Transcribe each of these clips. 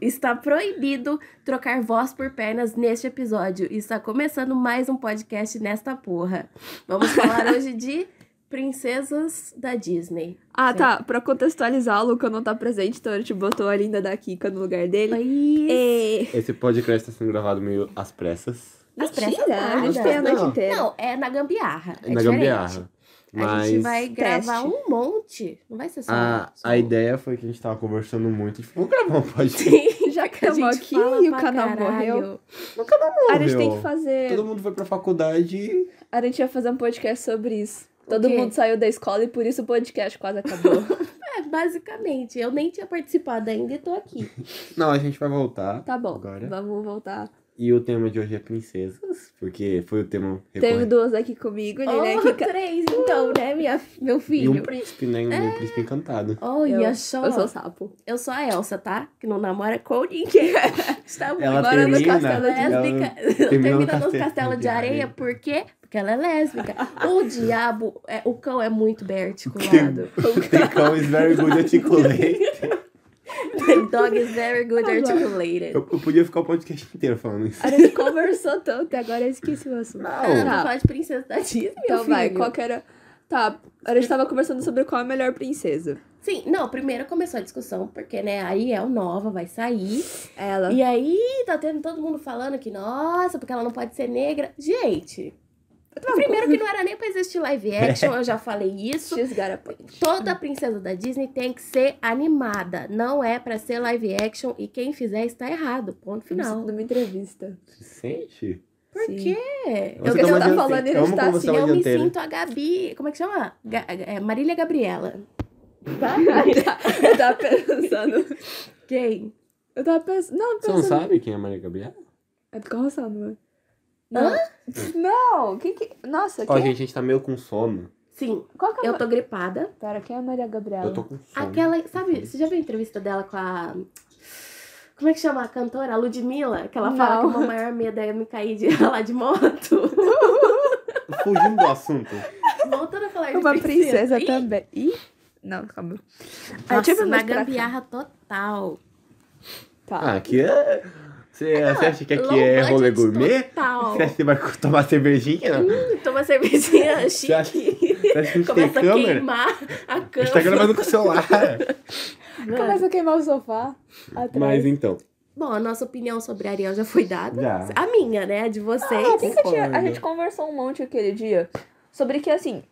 Está proibido trocar voz por pernas neste episódio. E está começando mais um podcast nesta porra. Vamos falar hoje de princesas da Disney. Ah, tá. Pra contextualizar, o Luca não tá presente, então a gente botou a linda da Kika no lugar dele. Oi. É. Esse podcast tá sendo gravado meio às pressas. As pressas Mentira, a gente nada. tem a noite Não. inteira. Não, é na gambiarra. É na diferente. gambiarra. A gente Mas vai gravar Teste. um monte. Não vai ser só. a, só a um. ideia foi que a gente tava conversando muito. Tipo, vamos gravar um podcast. Sim, já que a Acabou gente Tá aqui fala e o pra canal caralho. morreu. Não, A gente tem meu. que fazer. Todo mundo foi pra faculdade e A gente ia fazer um podcast sobre isso. O Todo quê? mundo saiu da escola e por isso o podcast quase acabou. É, basicamente. Eu nem tinha participado ainda e tô aqui. Não, a gente vai voltar. tá bom, Agora. vamos voltar. E o tema de hoje é princesas, porque foi o tema Tenho recorrente. duas aqui comigo, Lilian oh, e Kika. três, então, né, minha, meu E filho? um príncipe, né? Um É. príncipe encantado. Olha Eu- só. Eu sou sapo. Eu sou a Elsa, tá? Que não namora com ninguém. Está muito Ela namorando termina- castelo ela lésbica. termina Termina no nos castelo castelos de de areia. areia. Por quê? Porque ela é lésbica. o diabo, é, o cão é muito bem articulado. Tem cão is very good articulate. The dog is very good Adoro. articulated. Eu, eu podia ficar o podcast inteiro falando isso. A gente conversou tanto e agora eu esqueci o assunto. Ah, Não. tá. falar de princesa da Disney, meu Então vai, filho. qual que era. Tá, a gente tava conversando sobre qual é a melhor princesa. Sim, não, primeiro começou a discussão, porque, né, a Ariel nova vai sair. Ela. E aí, tá tendo todo mundo falando que, nossa, porque ela não pode ser negra. Gente, primeiro que não era nem pra existir live action, eu já falei isso. She's got a point. Toda princesa da Disney tem que ser animada. Não é pra ser live action e quem fizer está errado. Ponto final. Numa entrevista. Se sente? Por Sim. quê? Você eu tá tava mais falando, adiante- ele eu amo está como assim, você é mais Eu me adianteira. sinto a Gabi. Como é que chama? Ga- é, Marília Gabriela. Tá? eu tava pensando. Quem? Eu tava pensando. Não, Você não pensando. sabe quem é Maria Gabriela? É do Carro Sandman. Hã? Não, quem que. Nossa, Ó, quem... é? gente, a gente tá meio com sono. Sim, qual que é a. eu tô gripada. Pera, quem é a Maria Gabriela? Eu tô com sono. Aquela, sabe, você já viu a entrevista dela com a. Como é que chama a cantora? A Ludmilla? Que ela fala Não. que o meu maior medo é me cair de lá de moto. Fugindo do assunto. Voltando a falar de Uma princesa Ih, também. Ih! Não, calma. Aí, deixa eu Nossa, ver na mais pra cá. gambiarra total. Tá. Ah, aqui é. Você você acha que aqui Low é budget rolê gourmet? Total. Você acha que vai tomar cervejinha? Hum, Toma cervejinha Você acha- chique. Você acha que a gente tem Começa a câmera? queimar a um A gente tá câmera. gravando com o celular. Começa a queimar o sofá. Atrás. Mas então. Bom, a nossa opinião sobre a Ariel já foi dada. Já. A minha, né? A de vocês. Ah, quem que eu tinha- A Concordo. gente conversou um monte aquele dia sobre que assim.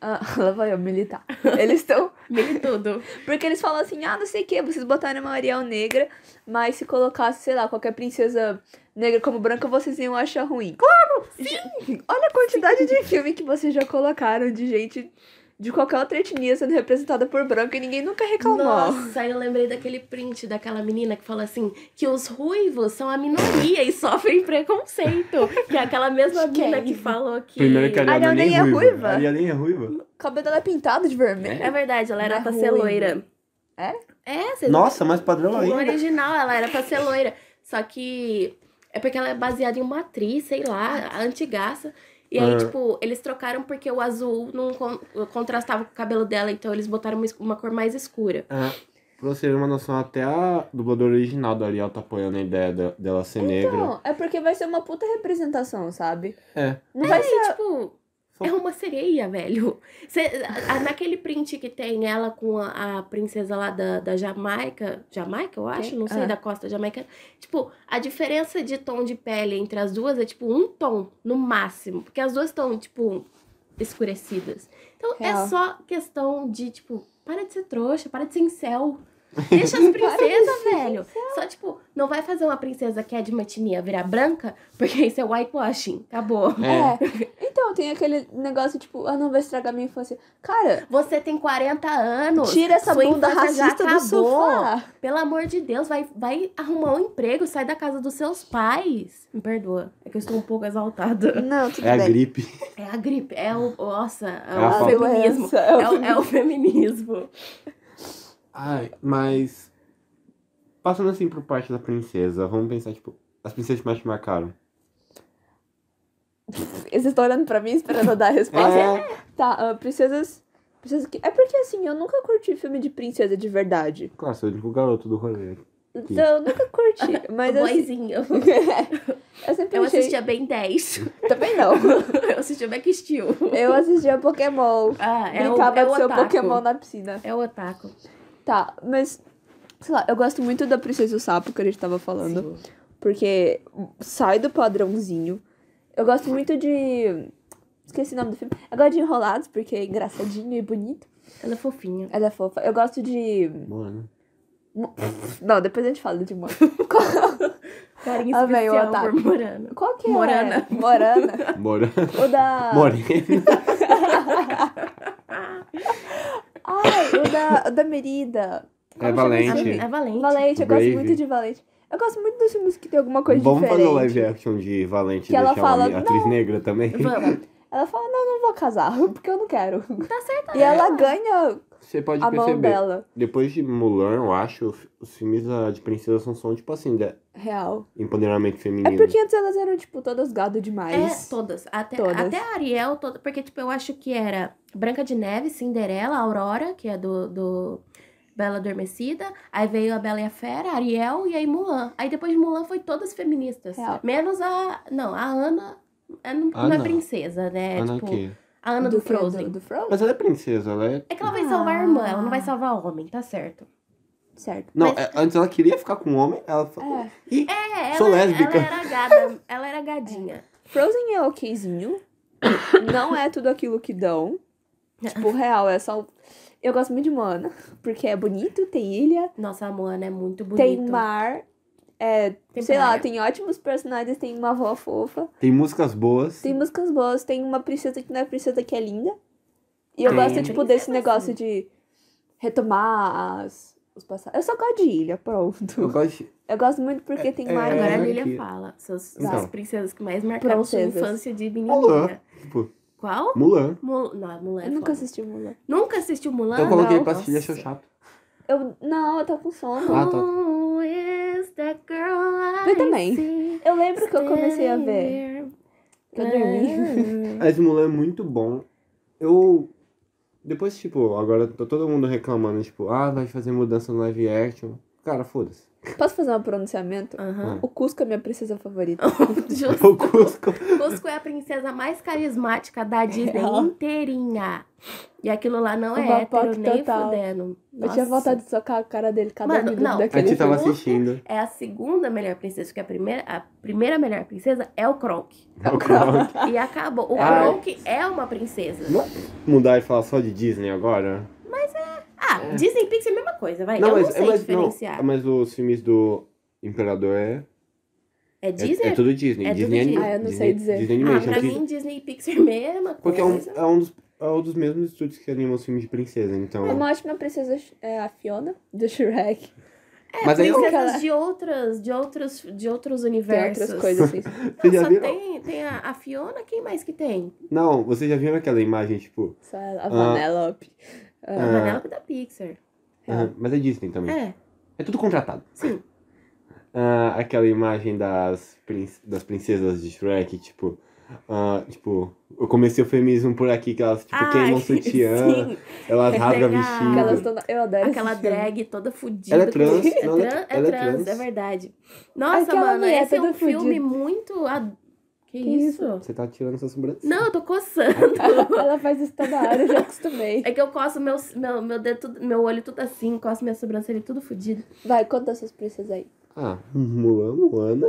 ah, lá vai eu militar. Eles estão. Mil e tudo. Porque eles falam assim, ah, não sei o que, vocês botaram uma Ariel negra, mas se colocasse, sei lá, qualquer princesa negra como branca, vocês iam achar ruim. Claro! Sim! Olha a quantidade de filme que vocês já colocaram de gente de qualquer outra etnia sendo representada por branco e ninguém nunca reclamou. Nossa, eu lembrei daquele print daquela menina que fala assim: que os ruivos são a minoria e sofrem preconceito. Que é aquela mesma Quem? menina que falou que. Primeiro que a Ariana Ariana nem nem é ruiva. A Ariana nem é ruiva. O cabelo dela é pintado de vermelho. É verdade, ela era Não é pra ser ruiva. loira. É? É, vocês Nossa, mais padrão No ainda. original, ela era pra ser loira. Só que é porque ela é baseada em uma atriz, sei lá, a antigaça. E aí, Ah. tipo, eles trocaram porque o azul não con- contrastava com o cabelo dela, então eles botaram uma, es- uma cor mais escura. Ah, pra você ter uma noção, até a dubladora original da Ariel tá apoiando a ideia da- dela ser negra. Não, é porque vai ser uma puta representação, sabe? É. Não vai E, ser. tipo, Só- é uma sereia, velho. Cê- a- a- naquele print que tem ela com a, a princesa lá da, da Jamaica, Jamaica, eu acho, Tem? não sei, Ah. da costa jamaicana. Tipo, a diferença de tom de pele entre as duas é, tipo, um tom, no máximo. Porque as duas estão, tipo, escurecidas. Então, Real. é só questão de, tipo, para de ser trouxa, para de ser incel. Deixa as princesas, velho. Só, tipo, não vai fazer uma princesa que é de uma etnia virar branca, porque isso é whitewashing. Acabou. É. É. Então, tem aquele negócio, tipo, ah, não vai estragar minha infância. Cara, Você tem 40 anos. tira essa sua bunda infância já racista do acabou. sofá. Pelo amor de Deus, vai, vai arrumar um emprego, sai da casa dos seus pais. Me perdoa, é que eu estou um pouco exaltada. Não, tudo É a bem. gripe. É a gripe, é o. Nossa, é a o falta- feminismo. doença, É o, é o feminismo. Ai, mas. Passando assim por parte da princesa, vamos pensar, tipo, as princesas que mais te marcaram. Vocês estão olhando pra mim esperando eu dar a resposta? É. Tá, ah, princesas. Princesas que. É porque assim, eu nunca curti filme de princesa de verdade. Claro, sou o único garoto do rolê. Então, eu nunca curti. Mas o eu, boyzinho. eu sempre Eu achei. assistia bem 10. Também não. Eu assistia bem que estilo. Eu assistia Pokémon. Ah, é o, Brincava é de o ser o otaku. Pokémon na piscina. É o otaku. Tá, mas. Sei lá, eu gosto muito da Princesa e o Sapo que a gente tava falando. Sim. Porque sai do padrãozinho. Eu gosto muito de. Esqueci o nome do filme. Eu gosto de Enrolados, porque é engraçadinho e bonito. Ela é fofinha. Ela é fofa. Eu gosto de. Mano. Não, depois a gente fala de Moana. Carinha Ah, velho, o especial otaku. por Morana. Qual que é? Morana. Morana. Mora. O da. Morena. Ai, o da, o da Merida. É A- valente. É valente. Valente, eu Brave. gosto muito de Valente. Eu gosto muito dos filmes que tem alguma coisa Vamos diferente. fazer um live action de Valente Que e ela deixar fala, uma atriz "Não." negra também? Vamos. Ela fala, não, não vou casar, porque eu não quero. Tá certa E ela ela. ganha Você pode a mão perceber. dela. Depois de Mulan, eu acho, os- os filmes da- de princesa são só, tipo assim, de Real. empoderamento feminino. É porque antes elas eram, tipo, todas gado demais. É, todas. Até, Todas. até a Ariel, toda, porque, tipo, eu acho que era Branca de Neve, Cinderela, Aurora, que é do, do Bela Adormecida. Aí veio a Bela e a Fera, Ariel e aí Mulan. Aí depois de Mulan foi todas feministas. Real. Menos a. Não, a Ana. é, não, não é Ana. princesa, né? É, Ana tipo, quê? a Ana do, quê? Frozen. Do, do Frozen? Mas ela é princesa, ela é... É que ela vai Ah. salvar a irmã, ela não vai salvar o homem, tá certo. Certo. Não, Mas- é- antes ela queria ficar com um homem, ela falou... É. Ih, É, ela, Sou lésbica. ela era gada, ela era gadinha. Frozen é okzinho. não é tudo aquilo que dão. Tipo, real, é só. Eu gosto muito de Moana, porque é bonito, tem ilha, Nossa, a Moana é muito bonita. tem mar. É, Tem sei lá, praia. tem ótimos personagens, tem uma avó fofa, tem músicas boas. tem músicas boas, tem uma princesa que não é princesa que é linda. E eu Tem. gosto, tipo, desse Princesa, negócio sim. de retomar as, os passados. Eu só gosto de ilha, Eu pronto. gosto de- Eu gosto muito porque tem É, mar. Agora a É, Lilian que- fala. Suas, Então. suas princesas que mais marcaram sua Princesas. infância de Mulan. menininha. Tipo, Qual? Mulan. Então Mul... Não, Mulan é Eu foda. nunca assisti Mulan. Nunca assistiu Mulan? eu coloquei não. pra assistir e achou Nossa. chato. Eu, não, eu tô com sono. Ah, tá. Who is that girl Eu I também. see Eu lembro que eu comecei a ver. standing Que eu there? dormi. Mas Mulan é muito bom. Eu... Depois, tipo, agora tá todo mundo reclamando, tipo, ah, vai fazer mudança no live action. Cara, foda-se. Posso fazer um pronunciamento? Aham. O Cusco é minha princesa favorita. Ah. Justo. O Cusco. Cusco é a princesa mais carismática da Disney Real. inteirinha. E aquilo lá não é Uma hétero, POC nem total. fudendo. Eu tinha vontade de socar a cara dele cada Mano, minuto não. A daquele gente tava filme. Cusco. assistindo. É a segunda melhor princesa, porque a primeira, a primeira melhor princesa é o Kronk. O Kronk. E acabou. O Ai. Kronk é uma princesa. Não- Mudar e falar só de Disney agora? Ah, Disney Pixar é a mesma coisa, vai. Não, eu mas, não sei mas, diferenciar. Não, mas os filmes do Imperador é. é é- Disney? É, tudo Disney. É tudo Disney Disney. Ani- Ah, eu não Disney- sei dizer. Disney ah, é Animation. pra que- mim, Disney e Pixar é a mesma porque é um, coisa. é, um dos, é um dos mesmos estúdios que animam os filmes de princesa, então. É Uma ótima princesa é a Fiona, do Shrek. mas aí é um- eu- Princesas aquela- de, outras, de, outros, de outros Tem universos. outras coisas assim. Não, Vocês já só viram? tem, tem a, a Fiona, quem mais que tem? Não, vocês já viram aquela imagem, tipo. Só a Vanellope. É. A Ah. Vanellope da Pixar. ah, mas é Disney também. É, É, tudo contratado. sim. Ah, aquela imagem das, prin- das princesas de Shrek, tipo. ah, tipo, eu comecei o feminismo por aqui, que elas, tipo, Ah, queimam sim. É sutiã, elas rasgam Legal. vestido. Aquelas toda... Eu adoro Uhum. Aquela esse filme. drag toda fudida. é Ela é trans, É, não, ela é- tran- é ela é trans, trans. é verdade. Nossa, Aquela mano, mulher esse é toda um filme fudida. muito. ad- Que, isso? isso? Você tá tirando sua sobrancelha. Não, eu tô coçando. Ela faz isso toda hora, eu já acostumei. É que eu coço meu, meu, meu dedo, tudo- meu olho tudo assim, coço minha sobrancelha tudo fudido. Vai, conta suas princesas aí. Ah, Mulan, Moana.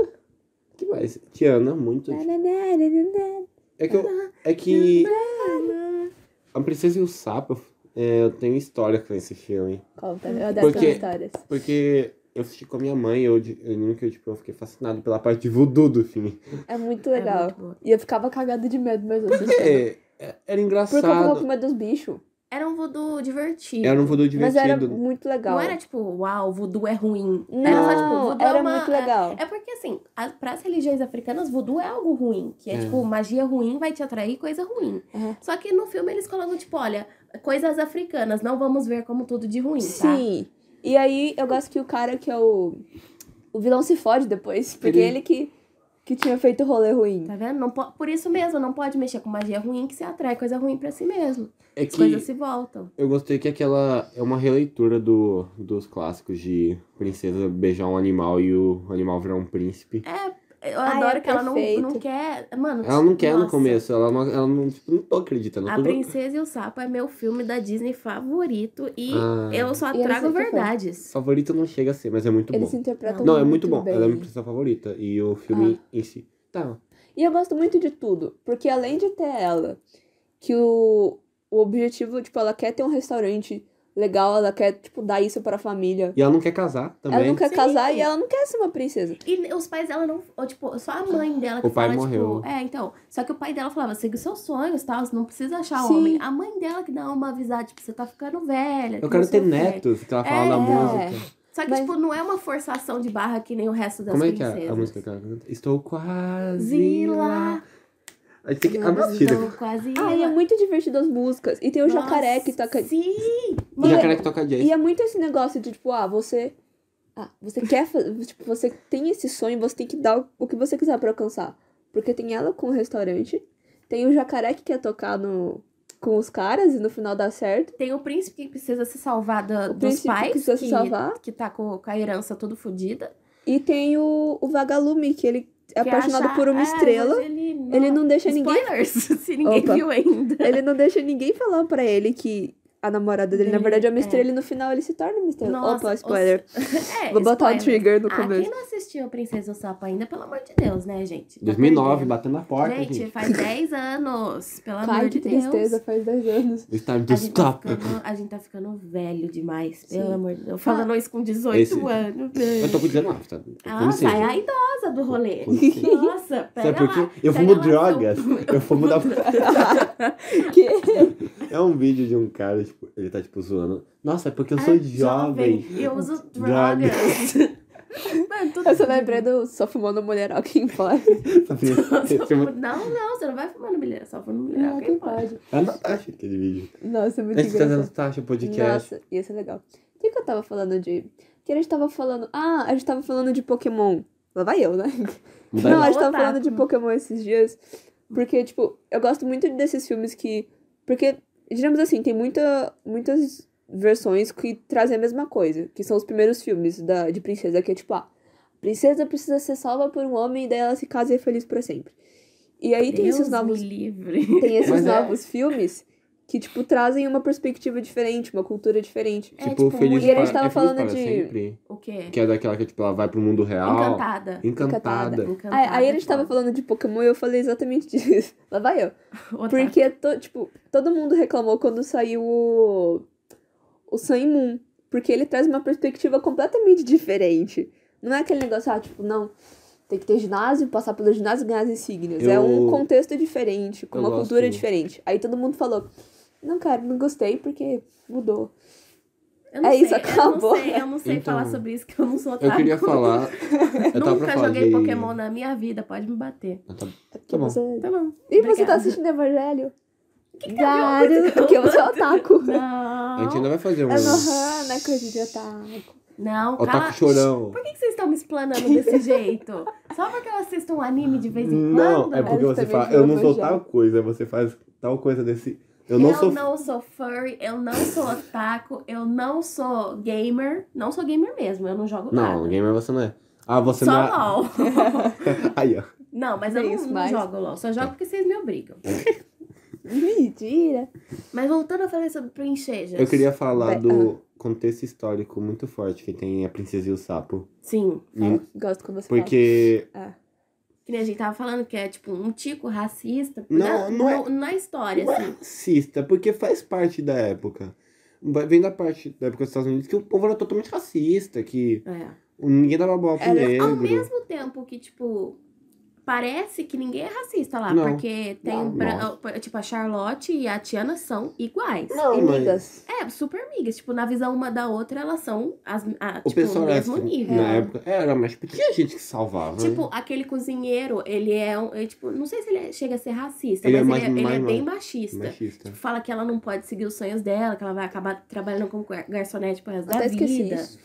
que mais? Tiana, muito. Na, na, na, na, na, na. É que, eu, é que A Princesa e o Sapo, é, eu tenho história com esse filme. Conta, eu adoro Porque- essas histórias. Porque eu assisti com a minha mãe, eu, de- eu lembro que eu, tipo, eu fiquei fascinado pela parte de voodoo do filme. É muito legal. É muito boa. E eu ficava cagada de medo, mas eu assistia. É, é- era Tá Porque eu ficava engraçado. com medo dos bichos. Era um voodoo divertido. Era um voodoo Mas era divertido. muito legal. Não era tipo, uau, voodoo é ruim. era só tipo, Não, voodoo era é uma- muito legal. É porque, assim, a, pras religiões africanas, voodoo é algo ruim. Que é, É. tipo, magia ruim vai te atrair coisa ruim. Uhum. Só que no filme eles colocam, tipo, olha, coisas africanas, não vamos ver como tudo de ruim, tá? Sim. E aí eu gosto que o cara que é o. O vilão se fode depois. Porque Ele- ele que. que tinha feito rolê ruim. Tá vendo? Não po- por isso mesmo, não pode mexer com magia ruim que você atrai coisa ruim pra si mesmo. É As coisas assim. que se voltam. eu gostei que aquela é uma releitura do, dos clássicos de princesa beijar um animal e o animal virar um príncipe. Eu Ah, adoro é que ela não, perfeito. não quer. Mano, Ela não quer no nossa, começo, ela não, ela não, tipo, não tô acreditando. eu A tô- Princesa e o Sapo é meu filme da Disney favorito e Ah. eu só E eu trago sei que foi. verdades. Favorito não chega a ser, mas é muito Eles bom. interpretam Não, é muito bom. Bem. Ah. Ela é minha princesa favorita. E o filme em si. Tá. E eu gosto muito de tudo, porque além de ter ela, que o, o objetivo, tipo, ela quer ter um restaurante legal, ela quer, tipo, dar isso pra família. E ela não quer casar também. Ela não quer Sim. casar e ela não quer ser uma princesa. E os pais dela não. Ou, tipo, só a mãe dela que O pai fala, morreu. tipo. É, então. Só que o pai dela falava, siga os seus sonhos, tal, você não precisa achar Sim. homem. A mãe dela que dá uma avisada, tipo, você tá ficando velha. Eu que não quero sei ter o quê. netos, que ela fala É, da é. música. Só que, Mas- tipo, não é uma forçação de barra que nem o resto das Como é que princesas. é a música que ela canta? Estou quase lá. Zila, A gente tem que... A mentira. estou quase Ah, e é lá. muito divertido as músicas. E tem o Nossa, jacaré que toca. Sim! E Mano, a cara que toca jazz. E é muito esse negócio de, tipo, ah, você. Ah, você quer fazer. Tipo, você tem esse sonho, você tem que dar o- o que você quiser pra alcançar. Porque tem ela com o restaurante, tem o jacaré que quer tocar no, com os caras e no final dá certo. Tem o príncipe que precisa se salvar da- O Ah, dos príncipe que pais. precisa se salvar. que tá com, com a herança toda fodida. E tem o, o vagalume, que ele é Que apaixonado acha- por uma é, estrela. mas Ele não, Ele não deixa ninguém. Spoilers, se ninguém Opa. viu ainda. Ele não deixa ninguém falar pra ele que a namorada dele, na Dele, verdade, é uma é. estrela e no final ele se torna uma estrela. Nossa, Opa, spoiler. os- É, Vou botar o spoiler. trigger no Ah, quem começo. não assistiu Princesa e o Sapo ainda, pelo amor de Deus, né, gente? Tá 2009, perdendo. batendo na porta, gente, gente. faz 10 anos, pelo Ai, amor de que Deus. tristeza, faz 10 anos. It's time A to gente, tá stop. ficando, a gente tá ficando velho demais, pelo Sim. Ah. amor de Deus. Falando isso com 18 Esse- anos. Eu tô com 19, tá? Como Nossa, assim? é a idosa do rolê. Como assim? Nossa, pera Sabe por lá. quê? pega Eu fumo lá, drogas. seu- Eu fumo da... Que- É um vídeo de um cara, tipo, ele tá, tipo, zoando. Nossa, é porque eu sou É, jovem. Eu uso Drogas. drogas. Mano, tudo Eu só lembrei do só fumando mulher alguém pode. né? Não, não, você não vai fumar no milheiro, só for no milheiro. Não, alguém quem pode. pode. É a Natasha aquele vídeo. Nossa, é A muito gente tá fazendo engraçado. Natasha podcast. Nossa, ia ser legal. O que, que eu tava falando de. Que a gente tava falando. Ah, a gente tava falando de Pokémon. Lá vai eu, né? Mudar Não, a de- gente tava Otaku. falando de Pokémon esses dias. Porque, tipo, eu gosto muito desses filmes que. Porque, digamos assim, tem muita, muitas versões que trazem a mesma coisa. Que são os primeiros filmes da, de princesa, que é tipo, ah, a princesa precisa ser salva por um homem e daí ela se casa e é feliz pra sempre. E aí tem esses Deus novos me livre. tem esses Mas é- novos filmes que, tipo, trazem uma perspectiva diferente, uma cultura diferente. É, Tipo, tipo, feliz e eles para- tava é feliz falando para de- sempre. O quê? Que é daquela que, tipo, ela vai pro mundo real. Encantada. Encantada. Encantada. tipo, Aí, aí a gente tava falando de Pokémon e eu falei exatamente disso. Lá vai eu. falando. Porque, to- tipo, todo mundo reclamou quando saiu o, o Sun e Moon. Porque ele traz uma perspectiva completamente diferente. Não é aquele negócio, ah, tipo, não, tem que ter ginásio, passar pelo ginásio e ganhar as insígnias. É um Eu- contexto diferente, com eu uma gosto- cultura diferente. Aí todo mundo falou, não, cara, não gostei porque mudou. Eu não É sei, isso, acabou. Eu não sei, eu não sei Então, falar sobre isso, que eu não sou otaku. Eu queria falar. Eu tava pra Nunca falar joguei de- Pokémon na minha vida, pode me bater. Eu tava- É porque Tá bom. você... Tá bom. E você tá Obrigada. assistindo Evangelho? Que uma coisa Garo, com a porque você é otaku. É A gente ainda Não, vai fazer um. normal, né, coisa de otaku. não, cala... Otaku tá chorão. Por que que vocês estão me explanando desse jeito? Só porque eu assisto um anime de vez em quando? Não, é porque Mas você também fala, virou eu não sou evangelho. tal coisa, você faz tal coisa desse. Eu não sou. furry, eu não sou otaku, eu não sou gamer. Não sou gamer mesmo, eu não jogo Não, nada. gamer você não é. Ah, você só não é. LOL. Aí, ó. não, mas É eu não, isso, não mas- jogo LOL. Só tá. jogo porque vocês me obrigam. Hum. Mentira. Mas voltando a falar sobre princesas. Eu queria falar Be- do contexto histórico muito forte que tem a Princesa e o Sapo. Sim. Hum. É, Gosto quando você fala. Porque. Que nem a gente tava falando que é tipo um tico racista. na, Não, não é- no- na história, Não é assim. racista, porque faz parte da época. Vai- Vem da parte da época dos Estados Unidos que o povo era totalmente racista, que É. ninguém dava bola pro Era- Ao negro. mesmo tempo que, tipo, parece que ninguém é racista lá. Não. Porque tem. Não, bran- Tipo, a Charlotte e a Tiana são iguais. Não, mas Amigas. É, super amigas. Tipo, na visão uma da outra, elas são as, a, o tipo, pessoal no era mesmo assim, nível. na época era, mas tipo, tinha gente que salvava. né? Tipo, aquele cozinheiro, ele é um. é, tipo, não sei se ele é- chega a ser racista, Ele é mas mais- ele, é, ele é mais- bem machista. machista. Tipo, fala que ela não pode seguir os sonhos dela, que ela vai acabar trabalhando como gar- garçonete pro resto Até da esqueci vida. isso.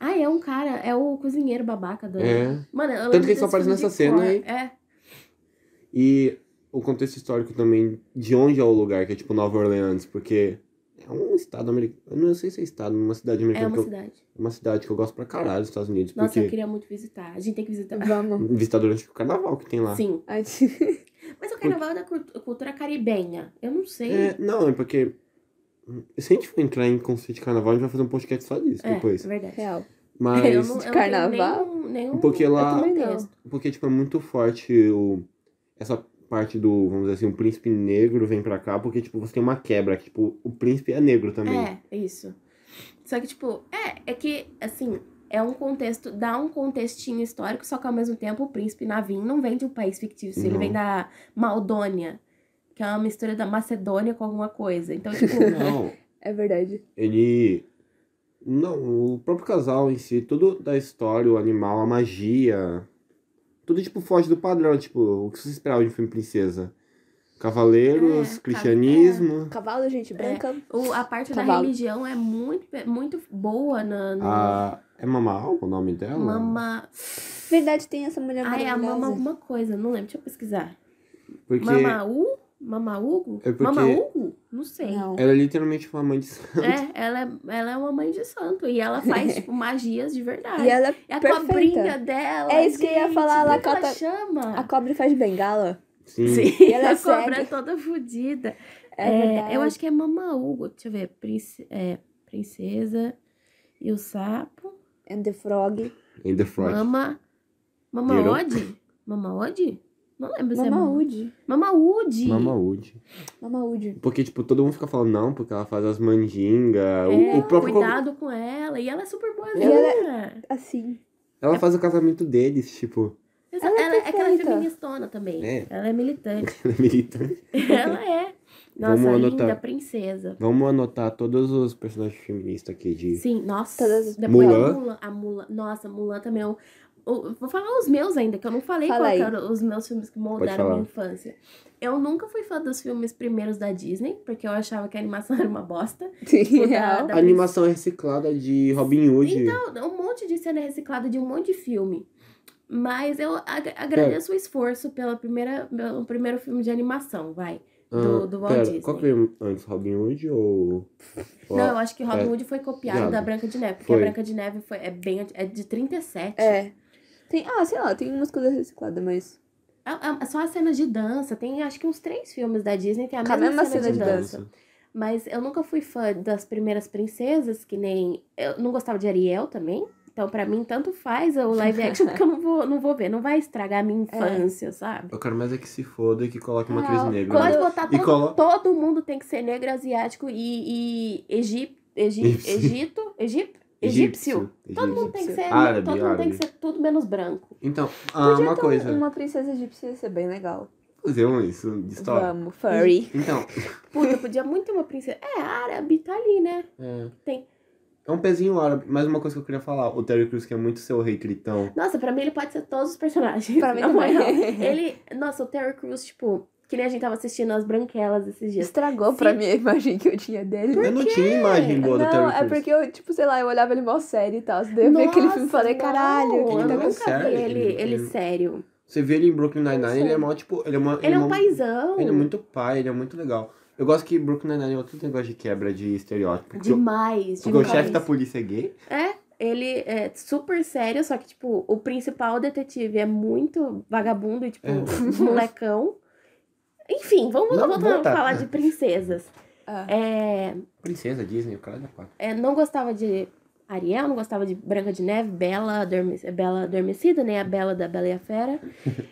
Ah, é um cara, é o cozinheiro babaca do. É. Mano, eu Tanto lembro que ele só desse aparece filme nessa de cena cor. aí. É. E o contexto histórico também de onde é o lugar, que é tipo Nova Orleans, porque é um estado americano. Eu não sei se é estado, uma cidade É americana. uma que eu- cidade. uma cidade que eu gosto pra caralho dos Estados Unidos, Nossa, eu porque queria muito visitar. A gente tem que visitar. Vamos. visitar durante o carnaval que tem lá. Sim. Ai, t- Mas o carnaval é da cult- cultura caribenha. Eu não sei. É, não, é porque. Se a gente for entrar em conceito de carnaval, a gente vai fazer um podcast só disso É, depois. verdade. Real. Mas. eu não, eu não carnaval? Tenho nenhum, nenhum Porque lá- eu também Eu não. também Porque, tipo, é muito forte o... essa parte do, vamos dizer assim, o príncipe negro vem pra cá, porque, tipo, você tem uma quebra, que, tipo, o príncipe é negro também. É, isso. Só que, tipo, é, é que, assim, é um contexto, dá um contextinho histórico, só que ao mesmo tempo o príncipe Navin não vem de um país fictício, ele Não. vem da Maldônia, que é uma mistura da Macedônia com alguma coisa. Então, tipo, Não, É verdade. ele... Não, o próprio casal em si, tudo da história, o animal, a magia, tudo, tipo, foge do padrão, tipo, o que você esperava de um filme princesa. É, Cavaleiros, ca- cristianismo, Cavalo, É. gente branca. o- a parte da Cavalo. religião é muito, pe- muito boa na, no a... É Mama Alba o nome dela? mama. Verdade, tem essa mulher Ah, é a maravilhosa. mama alguma coisa, não lembro, deixa eu pesquisar. Porque Mamaú? Mamaugo? É porque- Mamaúgo? Não sei. Não. ela é literalmente uma mãe de santo. É, ela é, ela é uma mãe de santo. E ela faz, tipo, magias de verdade. E ela É a perfeita. cobrinha dela. É isso que eu ia falar, ela como que cata- chama. A cobra faz bengala. Sim. Sim, ela é a cobra cega. é toda fodida. É, verdade. eu acho que é Mamaúgo. Deixa eu ver. Prince- é, princesa e o sapo. And the frog. In the Frog. Mama. Mamaode? Mamaode? Não lembro se é. Mamaúde. Mamaude. Mama Wood. Mamaúde. Porque, tipo, todo mundo fica falando não, porque ela faz as mandingas. É, o, o próprio. cuidado com ela. E ela é super boazinha. E Assim. Ela faz o casamento deles, tipo. Exa- Ela Ela, é é aquela perfeita. feministona também. É. Ela é militante. ela é militante. ela é. Nossa, Vamos linda anotar. princesa. Vamos anotar todos os personagens feministas aqui de. Sim, nossa. Todas- Depois Mulan. a Mulan. A Mulan. Nossa, Mulan também é um. o- Vou falar os meus ainda, que eu não falei Fala qual aí. que eram os meus filmes que Pode moldaram a falar. minha infância. Eu nunca fui fã dos filmes primeiros da Disney, porque eu achava que a animação era uma bosta. Sim, da- real. da A animação é reciclada de Robin Hood. Então, um monte de cena reciclada de um monte de filme. Mas eu ag- agradeço o esforço pela primeira, pelo primeiro filme de animação, vai. do- do Walt Ah, pera, Disney. Qual que veio antes, Robin Hood ou. ou- Não, eu acho que Robin é. Hood foi copiado Viado. da Branca de Neve, porque Foi. a Branca de Neve foi, é, bem, é de 37. É. Tem, ah, sei lá, tem umas coisas recicladas, mas. É- é só as cenas de dança, tem acho que uns três filmes da Disney, tem a Com a mesma, cena, de dança. Mas eu nunca fui fã das primeiras princesas, que nem. Eu não gostava de Ariel também. Então, pra mim, tanto faz o live action, porque eu não vou, não vou ver. Não vai estragar a minha infância, sabe? Eu quero mais é que se foda e que coloque uma Ah, atriz negra. Pode né? botar E todo, colo... todo mundo tem que ser negro, asiático e, e egip, egip, Egípcio. Egito. Egip, egípcio. Todo mundo tem que ser. Árabe, todo mundo tem árabe. que ser tudo menos branco. Então, ah, Podia uma ter um- coisa. Uma princesa egípcia ia ser bem legal. Fazer um isso de história. Vamos, furry. Então, Puta, podia muito ter uma princesa. É, árabe tá ali, né? É. Tem. É um pezinho árabe. Mais uma coisa que eu queria falar. O Terry Crews que é muito seu então. rei tritão. Nossa, pra mim ele pode ser todos os personagens. Pra mim na também. moral. Ele. Nossa, o Terry Crews, tipo, que nem a gente tava assistindo as branquelas esses dias. Estragou pra mim a imagem que eu tinha dele. eu não tinha imagem boa do Não, Terry é Crews. porque eu, tipo, sei lá, eu olhava ele mó sério e tal. Daí eu vi aquele filme e falei, não, caralho, o que eu que tá Ele não é nunca sério, vi ele, ele- é- ele ele- sério. Você vê ele em Brooklyn Nine-Nine, sei. ele é mó, tipo... Ele é, uma, Ele é um uma- paizão. Ele é muito pai, ele é muito legal. Eu gosto que Brooklyn Nine-Nine é outro negócio de quebra de estereótipo. Porque, o- Demais, porque o demais. chefe da polícia é gay. É, ele é super sério, só que, tipo, o principal detetive é muito vagabundo e, tipo, É. molecão. Enfim, vamos Não, voltar a voltar. falar de princesas. Ah. É, Princesa, Disney, o cara da quatro. é, não gostava de Ariel, não gostava de Branca de Neve, Bela, Adorme- Bela Adormecida, nem a Bela da Bela e a Fera.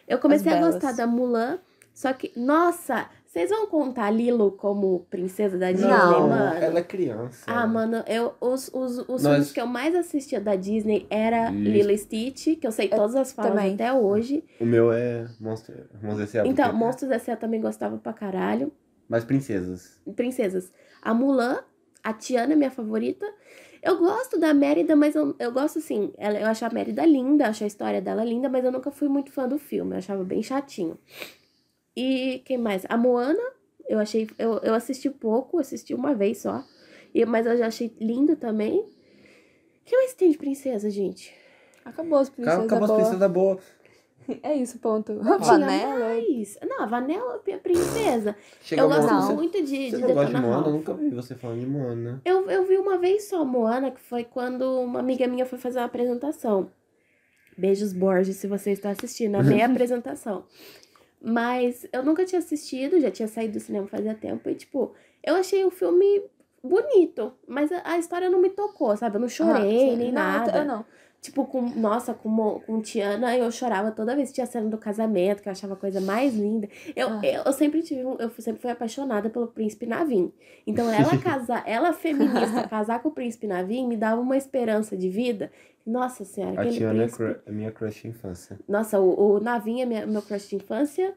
Eu comecei a belas. gostar da Mulan, só que, nossa, vocês vão contar a Lilo como princesa da Disney, Não, mano? ela é criança. Ah, mano, eu, os, os, os Nós- filmes que eu mais assistia da Disney era Isso. Lilo e Stitch, que eu sei todas as falas também. até hoje. O meu é Monster. Monster S.A. então, porque- Monstros S.A. eu também gostava pra caralho. Mas princesas. Princesas. A Mulan, a Tiana é minha favorita. Eu gosto da Mérida, mas eu, eu gosto assim. Ela, eu acho a Mérida linda, acho a história dela linda, mas eu nunca fui muito fã do filme. Eu achava bem chatinho. E quem mais? A Moana, eu achei. Eu, eu assisti pouco, assisti uma vez só. E, mas eu já achei lindo também. O que mais tem de princesa, gente? Acabou as princesas. Acabou as boa. princesas boa. É isso, ponto. Tinha Vanella. mais. É Não, a Vanella é a princesa. Chega eu uma hora gosto que Não. muito de, Você de não gosta de Detona Moana? Eu Ralph. nunca vi você falando de Moana. Eu, eu vi uma vez só Moana, que foi quando uma amiga minha foi fazer uma apresentação. Beijos, Borges, se você está assistindo. Amei a apresentação. Mas eu nunca tinha assistido, já tinha saído do cinema fazia tempo. E, tipo, eu achei o filme bonito, mas a, a história não me tocou, sabe? Eu não chorei, Ah, nem não, nada. Eu não. Tipo, com, nossa, com, Mo- com Tiana, eu chorava toda vez que tinha a cena do casamento, que eu achava a coisa mais linda. Eu, Ah. eu, eu sempre tive um, eu sempre fui apaixonada pelo príncipe Navim. Então, ela casar, ela feminista, casar com o príncipe Navim me dava uma esperança de vida. Nossa senhora, A aquele Tiana é príncipe. cru- é minha crush de infância. Nossa, o, o Navim é minha- meu crush de infância.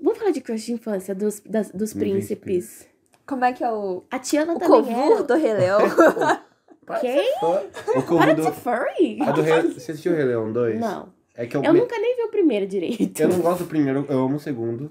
Vamos falar de crush de infância dos, das- dos Navim príncipes. Como é que é o. A Tiana O também Covur era. do Rei Leão? Para Quem? de ser fã. O Para de do... ser furry! A do Rei... Você assistiu o Rei Leão 2? Não. É que eu, Eu me- nunca nem vi o primeiro direito. eu não gosto do primeiro, eu amo o segundo.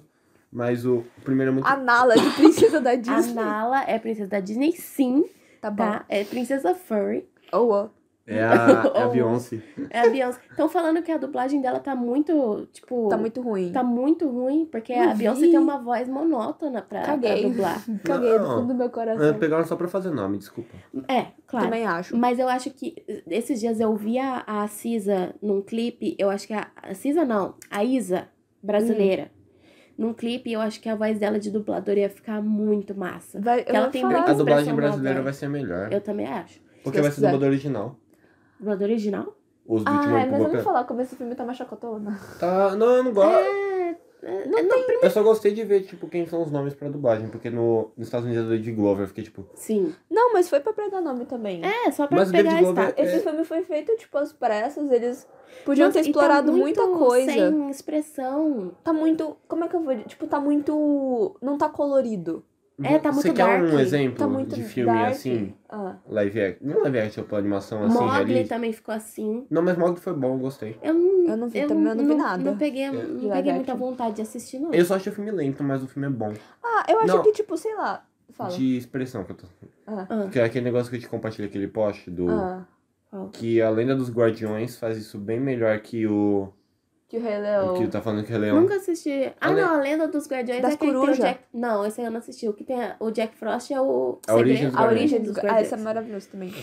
Mas o primeiro é muito... A Nala de princesa da A Disney. Nala é princesa da Disney, sim. Tá bom. tá Tá, é Princesa Furry, Ou, ó. É a, é a Oh. Beyoncé. é a Beyoncé. Estão falando que a dublagem dela tá muito, tipo... Tá muito ruim. tá muito ruim, porque Não a Beyoncé vi. tem uma voz monótona pra, pra Caguei. dublar. Caguei do Não. fundo do meu Ah, coração. Pegaram só pra fazer nome, desculpa. É, claro. Também acho. Mas eu acho que esses dias eu vi a, a Cisa num clipe, eu acho que a, a Cisa não, a Isa, brasileira, Hum. num clipe, eu acho que a voz dela de dubladora ia ficar muito massa. Vai, eu ela ia tem falar. muita- A expressão dublagem nova, brasileira é. vai ser a melhor. Eu também acho. Porque vai ser quiser. dublado original. Dubladora original? Os do Timão Ah, e mas eu Pumba. não falar como esse filme tá uma chacotona. Tá, não, eu não gosto. É, Não, tem... Eu só gostei de ver, tipo, quem são os nomes pra dublagem. Porque no, nos Estados Unidos é David Glover, eu fiquei tipo... Sim. Não, mas foi pra pegar nome também. É, só pra Mas o David pegar a Glover- estátua. Esse É. filme foi feito, tipo, às pressas, eles podiam Nossa, ter e tá explorado muito muita coisa. Sem expressão. Tá muito. Como é que eu vou. dizer? Tipo, tá muito. Não tá colorido. É, tá Você muito quer um dark. exemplo Tá muito de filme dark. assim? Ah. Live action. Não live action, tipo, animação assim, Mogli realista. também ficou assim. Não, mas Mogli foi bom, eu gostei. Eu não, Eu não vi também, eu não vi nada. Não peguei, De não live peguei muita action. vontade de assistir, não. É. Eu só achei o filme lento, mas o filme é bom. Ah, eu acho Não. que, tipo, sei lá. Fala. De expressão que eu tô. Ah. Ah. Que é aquele negócio que eu te compartilhei, aquele post do. Ah. Qual? Que a lenda dos guardiões faz isso bem melhor que o. Que o Rei o Leão. que tá falando que é leão. Nunca assisti. Ah, A le- não, a Lenda dos Guardiões Das é aquele que tem o Corujas. Jack. Não, esse aí eu não assisti. O que tem a- o Jack Frost é o. A Origem dos Segredo- A origem Origem dos. Ah, Guardiões. esse é maravilhoso também.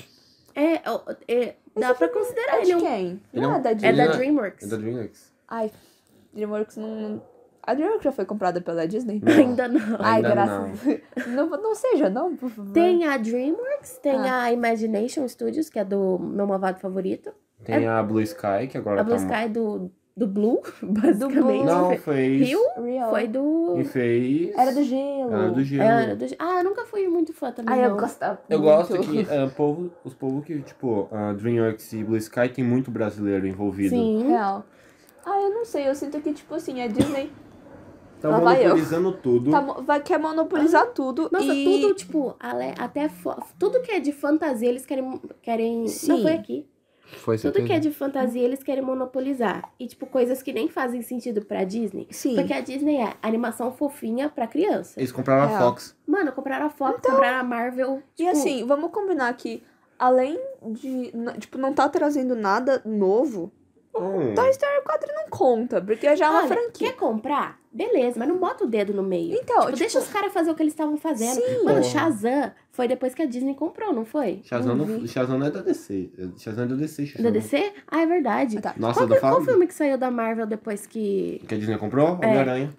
É, é, é, dá Esse pra filme considerar É ele de um. quem? Ele é Não um- é da É Disney. da Ele é- Dreamworks. É da DreamWorks. Ai, Dreamworks não. não- A Dreamworks já foi comprada pela Disney? Não. Ainda não. Ai, Ainda graças. Não. não, seja, não, por favor. Tem a Dreamworks, tem a Imagination Studios, que é do meu malvado favorito. Tem a Blue Sky, que agora A Blue tá. Sky do, do Blue, basicamente. Não, fez. Rio Real. foi do. E fez. Era do gelo. Era do Gelo. Era do- Ah, eu nunca fui muito fã também. Ai, eu não. gostava. Eu muito. gosto que ah, povo, os povos que, tipo, ah, DreamWorks e Blue Sky tem muito brasileiro envolvido. Sim. Real. Ah, eu não sei, eu sinto que, tipo assim, a Disney Tá Lá vai eu. monopolizando tudo. tá mo- vai, quer monopolizar tudo. Nossa, e... tudo, tipo, ale- até fo- tudo que é de fantasia, eles querem. querem... Não Sim. foi aqui. Foi Tudo que é de fantasia, eles querem monopolizar. E, tipo, coisas que nem fazem sentido pra Disney. Sim. Porque a Disney é animação fofinha pra criança. Eles compraram É. a Fox. Mano, compraram a Fox, compraram a Marvel. E tipo, assim, vamos combinar que, além de, n- tipo, não tá trazendo nada novo, Hum. Toy Story 4 não conta, porque já é uma olha, franquia. Quer comprar? Beleza, mas não bota o dedo no meio. Então, Tipo, tipo, deixa os caras fazer o que eles estavam fazendo. Sim. Mano, Porra. Shazam foi depois que a Disney comprou, não foi? Shazam, Não não- vi. Shazam não é da DC. é- Shazam é da DC. Shazam. Da DC? Ah, é verdade. Ah, tá. Nossa, Qual, da que, qual Fábio? filme que saiu da Marvel depois que. Que a Disney comprou? É. Homem-Aranha.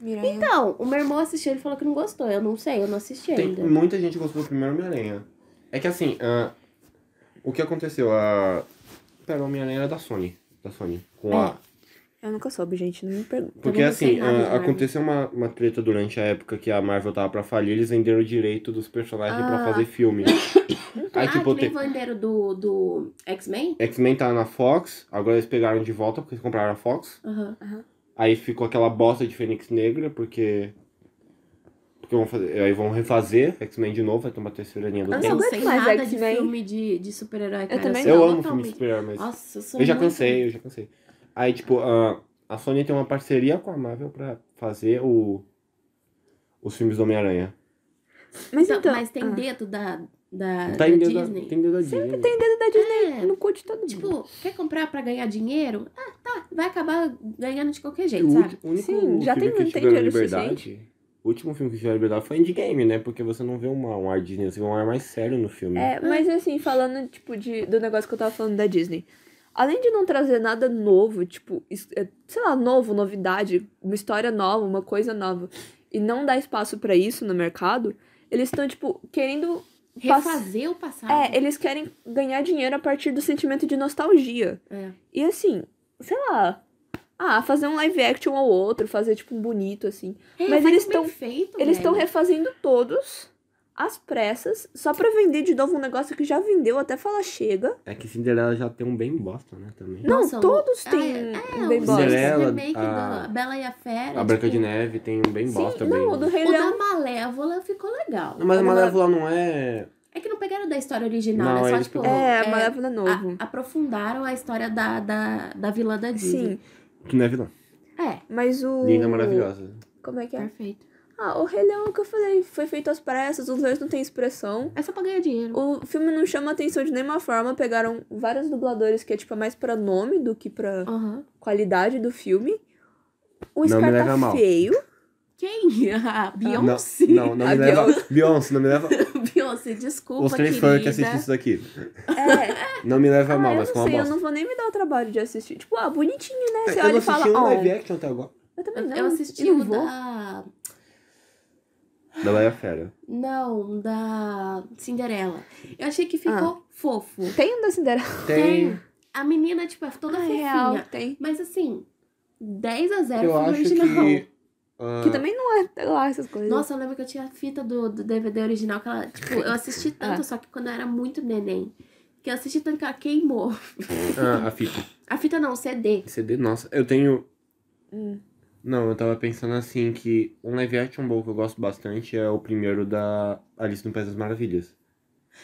Miranha. Não, o meu irmão assistiu, ele falou que não gostou. Eu não sei, eu não assisti Tem um- ainda. muita gente gostou do primeiro Homem-Aranha. É que assim, ah, o que aconteceu? A... Pera, o Homem-Aranha era da Sony. Da Sony. É, Com tá a... Eu nunca soube, gente, não me pergunta. Porque não assim, sei nada de ah, Marvel. aconteceu uma, uma treta durante a época que a Marvel tava pra falir, eles venderam o direito dos personagens pra Ah. fazer filme. ah, Aí tipo, que nem tem... venderam do, do X-Men? X-Men tá na Fox, agora eles pegaram de volta porque eles compraram a Fox. Aham. Aí ficou aquela bosta de Fênix Negra, porque. Porque vão fazer. Aí vão refazer X-Men de novo, vai ter uma terceira linha do Eu Eu não não tempo. aguento sei mais nada de X-Men. filme de, de super-herói, cara. também sou Eu amo filme totalmente- de super mas. Nossa, eu sou Eu já muito- Então, cansei, eu já cansei. Aí, tipo, a, a Sony tem uma parceria com a Marvel pra fazer o. Os filmes do Homem-Aranha. Mas Então, então. mas tem ah. dedo da, da, Tem da Tá dedo da Disney. tem dedo da Disney. Tem dedo da Disney É. no cu de todo mundo. Tipo, quer comprar pra ganhar dinheiro? Ah, tá. Vai acabar ganhando de qualquer O jeito, sabe? ulti- o único Sim, já filme tem- que não tem tiveram dinheiro liberdade. O último filme que tiveram liberdade foi Endgame, né? Porque você não vê uma, um ar Disney, você vê um ar mais sério no filme. É, mas assim, falando, tipo, de, do negócio que eu tava falando da Disney. Além de não trazer nada novo, tipo, is- é, sei lá, novo, novidade, uma história nova, uma coisa nova, e não dar espaço pra isso no mercado, eles estão, tipo, querendo. pass- Refazer o passado. É, eles querem ganhar dinheiro a partir do sentimento de nostalgia. É. E assim, sei lá. Ah, fazer um live action ou outro, fazer, tipo, um bonito, assim. É, Mas faz eles bem tão- feito, Eles estão velho. refazendo todos às pressas, só pra vender de novo um negócio que já vendeu até falar chega. É que Cinderela já tem um bem bosta, né? Também. Não, Nossa, todos o- têm ah, um- é, um bem o bosta. Cinderela, remake a- do Bela e a Fera. A tipo, Branca de Neve tem um bem bosta, Sim, bem. não, o do Rei O da Leão. Malévola ficou legal. Não, Mas a Não, Malévola não é. É que não pegaram da história original, Não, né? Só, eles tipo, pegaram- É, Malévola novo. a- aprofundaram a história da, da, da vilã da Disney. Ah, Sim, Que não é vilã. É, mas o. Linda, maravilhosa. Como é que é? perfeito. Ah, o Rei Leão é o que eu falei. Foi feito às pressas, os dois não têm expressão. É só pra ganhar dinheiro. O filme não chama atenção de nenhuma forma. Pegaram vários dubladores que é tipo é mais pra nome do que pra Aham. qualidade do filme. O Não me Scar leva a tá mal. feio. Quem? A Beyoncé? Não, não, não A me leva. Beyoncé, não me leva. Beyoncé, desculpa, Os três fãs que querida. assistem isso daqui. É, Não me leva Ah, a mal, eu mas não com uma sei, eu bosta. não vou nem me dar o trabalho de assistir. Tipo, ah, bonitinho, né? Você eu olha não e fala, assisti um ó. live action até agora. eu também não. Eu assisti eu o não vou. da... Da Bela e a Fera. Não, da Cinderela. Eu achei que ficou fofo. Tem um da Cinderela. Tem. A menina, tipo, é toda Ah, fofinha. real, tem. Mas assim, 10 a 0 Eu pro acho original. que. ah, Que também não é sei lá essas coisas. Nossa, eu lembro que eu tinha a fita do, do DVD original que ela, tipo, eu assisti tanto, Ah. só que quando eu era muito neném. Que eu assisti tanto que ela queimou. ah, a fita. A fita não, o CD. CD, nossa, eu tenho. Hum. Não, eu tava pensando assim que um live action bom que eu gosto bastante é o primeiro da Alice no País das Maravilhas.